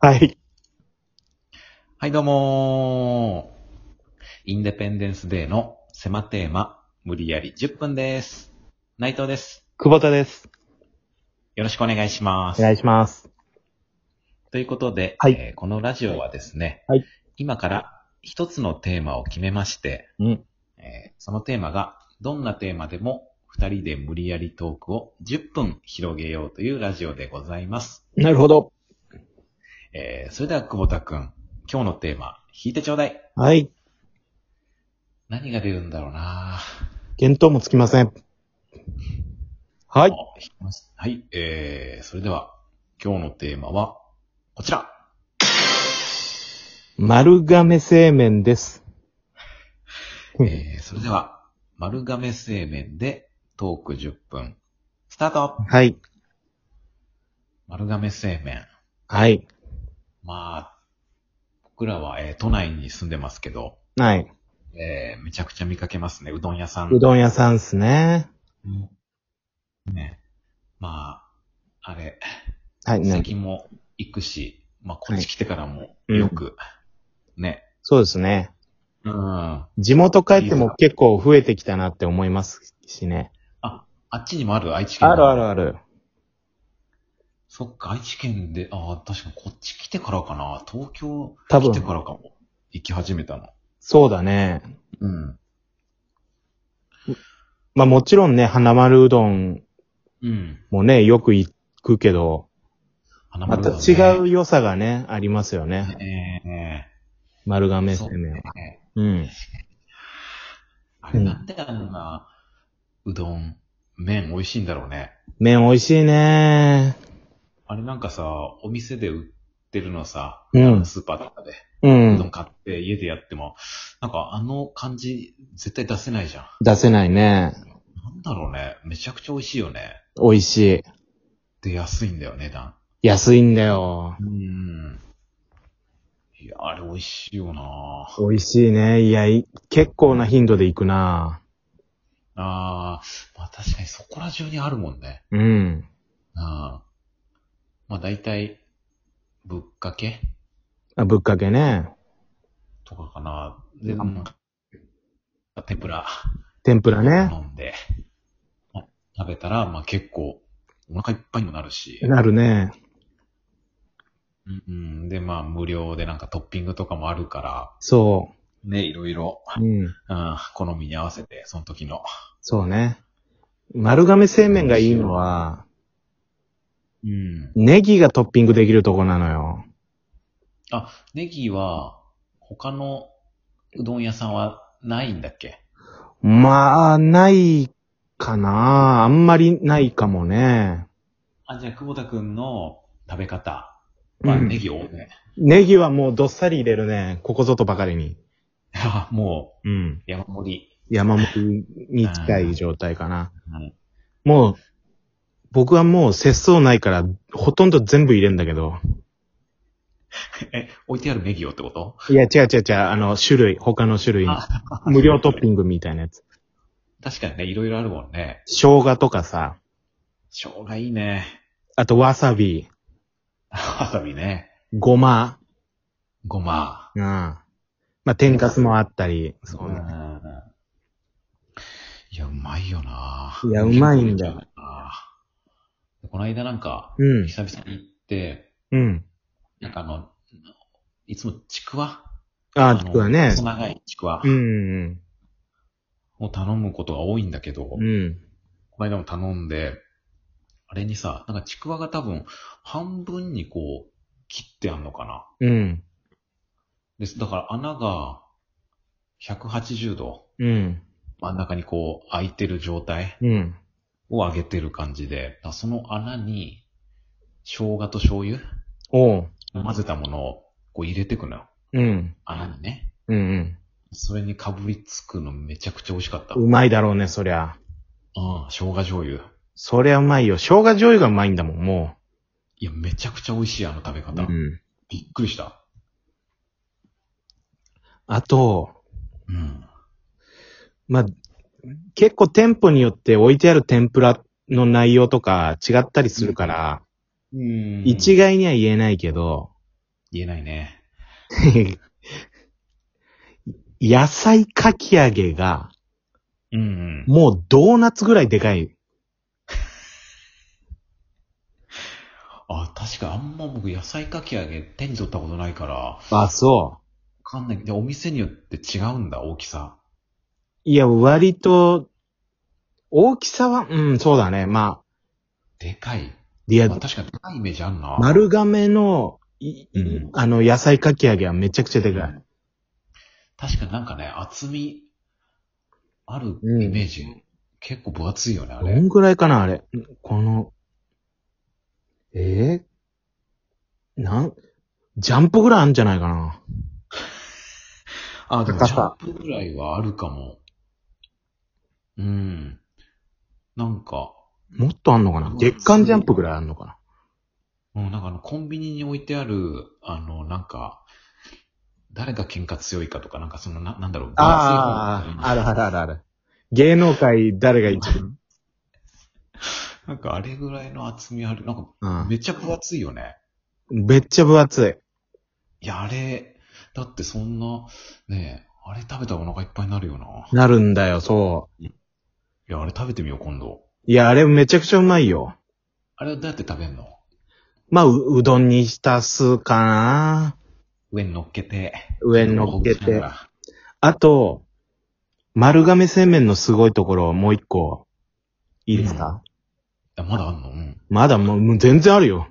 はい。はい、どうもーインデペンデンスデーの狭テーマ、無理やり10分です。内藤です。久保田です。よろしくお願いします。お願いします。ということで、はいえーこのラジオはですね、はい今から一つのテーマを決めまして、うん。えーそのテーマがどんなテーマでも二人で無理やりトークを10分広げようというラジオでございます。なるほど。えーそれでは久保田くん、今日のテーマ、引いてちょうだい。はい。何が出るんだろうな見当もつきません。はい。あ引きますはい。えー、それでは、今日のテーマは、こちら。丸亀製麺です。えー、それでは、丸亀製麺でトーク10分、スタートはい。丸亀製麺。はい。まあ、僕らは、えー都内に住んでますけど、はい。えー、めちゃくちゃ見かけますね。うどん屋さん。うどん屋さんっすね。ね。まあ、あれ、はい。最ね、近も行くし、まあ、こっち来てからも、はいよく、ね。そうですね。うん。地元帰っても結構増えてきたなって思いますしね。あっちにもある愛知県あのるあるある。そっか、愛知県で、ああ、確かにこっち来てからかな。東京多来て分。からかも。行き始めたの。そうだね。うん。まあもちろんね、花丸うどんうん。もね、よく行くけど、花ま丸ただね違う良さがね、ありますよね。え丸え亀そ製う麺は。ねうん。あれうんなんであんな、うどん、麺美味しいんだろうね。麺美味しいね。あれなんかさ、お店で売ってるのさ、うんスーパーとかで、ううどんん。買って家でやっても、なんかあの感じ絶対出せないじゃん。出せないね。なんだろうね。めちゃくちゃ美味しいよね。美味しで、安いんだよ、値段。い。安いんだよ。うん。いや、あれ美味しいよなぁ美味しいね。いや、い結構な頻度で行くな。あー、まあ確かにそこら中にあるもんね。うん。うん。まあ大体、ぶっかけあぶっかけね。とかかなで、うんなんか天ぷら天ぷらね。飲んで、まあ食べたら、まあ結構、お腹いっぱいにもなるし。なるね。うんうん。で、まあ無料でなんかトッピングとかもあるから、そね、いろいろ、う。うん。うん、好みに合わせて、その時の。そうね。丸亀製麺がいいのは、うん。ネギがトッピングできるとこなのよ。あ、ネギは、他のうどん屋さんはないんだっけまあ、ないかな。あんまりないかもね。あ、じゃあ、久保田くんの食べ方うはんネギ多め。ネギはもうどっさり入れるね。ここぞとばかりに。あ、もうん。う、山盛り。山本に近い状態かな。うんもう、僕はもう節操ないから、ほとんど全部入れんだけど。え、置いてあるネギをってこといや、違う違う違う、あの、種類、他の種類。あ無料トッピングみたいなやつ。確かにね、いろいろあるもんね。生姜とかさ、生姜いいね。あとわさび、わさびね。ごま、ごま。うん。まあ、天かすもあったり。そん。いや、うまいよないやうまいんだよ。あーこの間なんか、うん。久々に行って、うん。なんかあの、いつもちくわあ、のちくわね。細長いちくわうんうん。を頼むことが多いんだけど、うん。この間も頼んで、あれにさ、なんかちくわが多分半分にこう切ってあんのかな。うん。です。だから穴が180度うん。真ん中にこう開いてる状態うん。を上げてる感じで、だからその穴に生姜と醤油おう。混ぜたものをこう入れてくのよ。うん。穴にね。うんうん。それにかぶりつくのめちゃくちゃ美味しかった。うまいだろうね、そりゃ。うん、生姜醤油。そりゃうまいよ。生姜醤油がうまいんだもん、もいや、めちゃくちゃ美味しい、あの食べう。方。ん。びっくりした。あと、うん。まあ、結構店舗によって置いてある天ぷらの内容とか違ったりするから、うん一概には言えないけど、 言えないね。野菜かき揚げが、うんうん。もうドーナツぐらいでかい。あ、確かあんま僕野菜かき揚げ手に取ったことないから、わあ、そう。かんない。で、お店によって違うんだ、大きさ。いや、割と、大きさは、うん、そうだね。まあ、でかい。リアまあ、確かにでかいイメージあるな。丸亀の、いうんあの、野菜かき揚げはめちゃくちゃでかい。確かになんかね、厚み、あるイメージ。結構分厚いよね、あどれ。んぐらいかな、あれ。この、えー、なん、ジャンプぐらいあるんじゃないかな。あ、でも高ジャさンプぐらいはあるかも。うん。なんか、もっとあんのかうなん月間ジャンプぐらいあるのかな。うん、なんかあの、コンビニに置いてある、あの、なんか、誰が喧嘩強いかとか、なんかその、な、なんだろう、ああ、ある。るあるあるある。芸能界誰が一番なんかあれぐらいの厚みある。なんか、うんめっちゃ分厚いよね。めっちゃ分厚いや、あれ、だってそんな、ねえ、あれ食べたらお腹いっぱいになるよな。い。なるんだよ、そう。いや、あれ食べてみよう、今度。いや、あれめちゃくちゃうまいよ。あれはどうやって食べんのまあ、う、うどんに浸すかな。上に乗っけて。上に乗っけほぐしなてが。らあと、丸亀製麺のすごいところをもう一個、いいですか、あまだあんのうん。まだもうもう全然あるよ。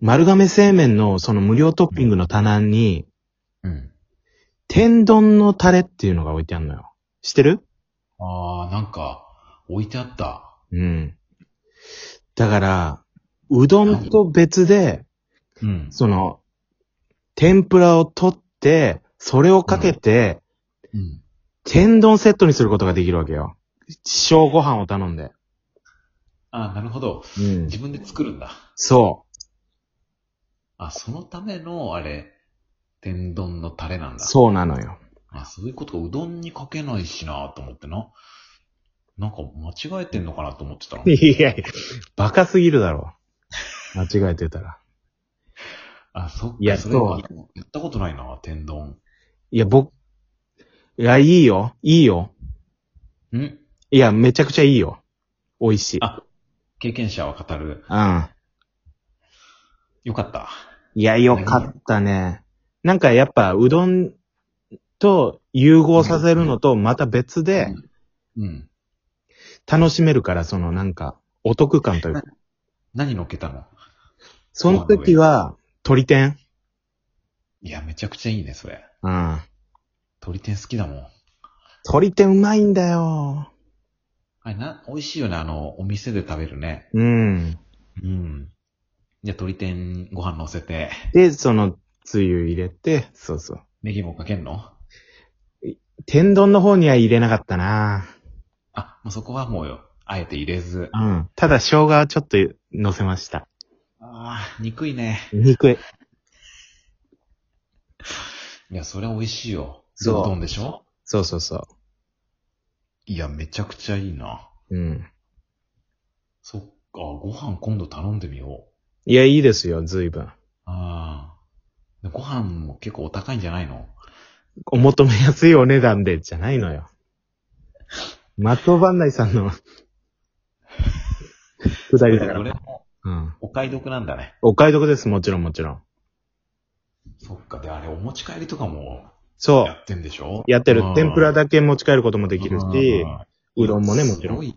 丸亀製麺のその無料トッピングの棚に、うん。天丼のタレっていうのが置いてあるのよ。知ってるあー、なんか、置いてあった。うん。だから、うどんと別で、うん。その、天ぷらを取って、それをかけて、うん。天丼セットにすることができるわけよ。小ご飯を頼んで。あー、なるほど。うん自分で作るんだ。そあ、そのための、あれ、天丼のタレなんう。だ。そうなのよ。あ、そういうことか。うどんにかけないしなと思ってな。なんか間違えてんのかなと思ってたの。いやいや、バカすぎるだろ。間違えてたら。あ、そっか。いやそれはそやったことないな、天丼。いや、僕、いや、いいよ。いいよ。んいや、めちゃくちゃいいよ。美味しい。あ経験者は語る。うん。よかった。いや、よかったね。なんかやっぱ、うどんと融合させるのとまた別でうん。楽しめるから、そのなんか、お得感というか。何乗っけたのその時は、鳥天。いや、めちゃくちゃいいね、それ。うん。鳥天好きだもん。鳥天うまいんだよ。あれな、美味しいよね、あの、お店で食べるね。うん。うん。じゃあ、鳥天ご飯乗せて、で、その、つゆ入れて、そうそう。ネギもかけんの天丼の方には入れなかったなあ、もうそこはもうよ、あえて入れず。うん。ただ、生姜はちょっと乗せました。ああ、憎いね。肉。いや、それは美味しいよ。そううどんでしょそうそうそいや、めちゃくちゃいいな。う。うん。そっか、ご飯今度頼んでみよう。いや、いいですよ、随分。ああ。でご飯も結構お高いんじゃないのお求めやすいお値段で、じゃないのよ。松尾番内さん の、くだりだかこら。れもうん。お買い得なんだね。お買い得です、もちろんもちろん。そっか、で、あれ、お持ち帰りとかもそやう。ってんでしょやってる。天ぷらだだけ持ち帰ることもできるし、うどんもね、もすちろごん。い。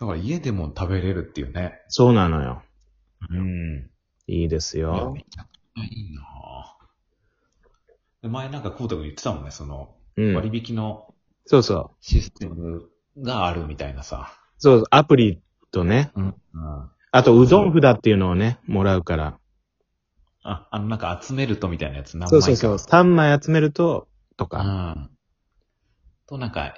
だから家でも食べれるっていうね。そうなのよ。うん。いいですいや、よめ。ちゃくちゃいいなぁで前なんかコウタ君言ってたもんね、その、うん。割引のそうそう。システムがあるみたいなさ。そう、アプリとね、うん。うん、あと、うどん札っていうのをね、もらうから。あ、あの、なんか集めるとみたいなやつ何枚か。そうそうそう。3枚集めると、とうか。ん。と、なんか、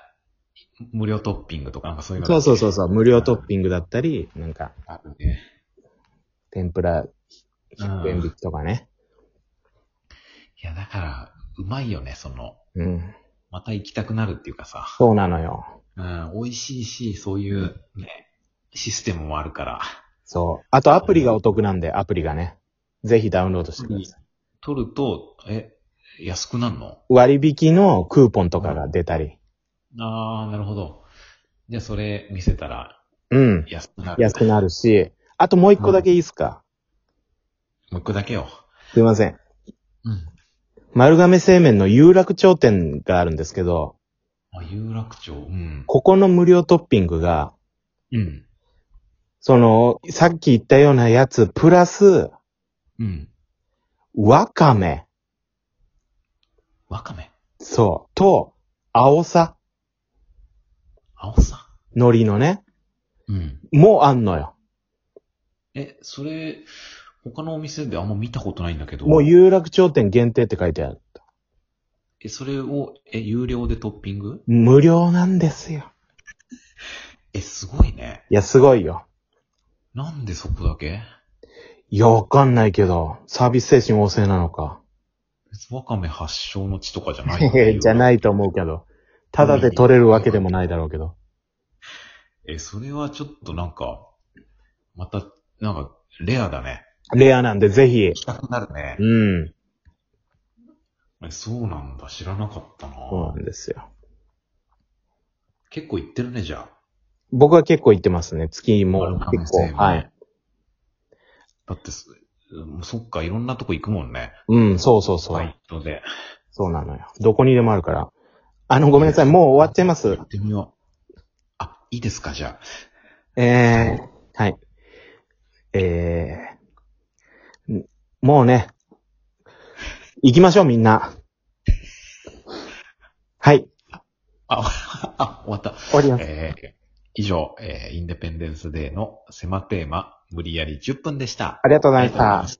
無料トッピングとか、なんかそういうのそうそうそうそう。無料トッンピングだったり、なんか、グ。あるね。天ぷらうん100円引きとかね。いや、だから、うまいよね、その、うん。また行きたくなるっていうかさ。そうなのよ。うん、美味しいし、そういうね、システムもあるから。そう。あと、アプリがお得なんで、アプリがね。ぜひダウンロードしてください。取ると、え、安くなるの割引のクーポンとかが出たり。あー、なるほど。じゃあそれ見せたらうん。安くなる。安くなるし、あともう一個だけいいですか、もう一個だけよ。すいません。うん。丸亀製麺の有楽町店があるんですけど、あ、有楽町。うん。ここの無料トッピングが、うん。その、さっき言ったようなやつ、プラス、うん。わかめ、わかめ。そう、と、青さ、青さ。海苔のね、うん。もうあんのよ。え、それ、他のお店であんま見たことないんだけど。もう有楽町店限定って書いてある。え、それを、え、有料でトッピング無料なんですよ。え、すごいね。いや、すごいよ。なんでそこだけいや、わかんないけど、サービス精神旺盛なのか。わかめ発祥の地とかじゃないよ ねじゃないと思うけど。ただで取れるわけでもないだろうけど。え、それはちょっとなんか、また、なんか、レアだね。レアなんで、ぜひ。したくなるねう。ん。え、そうなんだ。知らなかったな。そうなんですよ。結構行ってるね、じゃあ。僕は結構行ってますね。月丸も亀結製構。麺はい。。だってす、うんそっか、いろんなとこ行くもんね。うん、そうそうそう。バイトで。そうなのよ。どこにでもあるから。あの、ごめんなさい。もう終わっちゃいます行。ってみよう。あ、いいですか、じゃあ。えー、はい。えー、んもうね、行きましょう、みんな。はい、あ、あ、終わった。終わります。えー以上、えーインデペンデンスデーの狭テーマ、無理やり10分でした。ありがとうございましありがとうございたま。した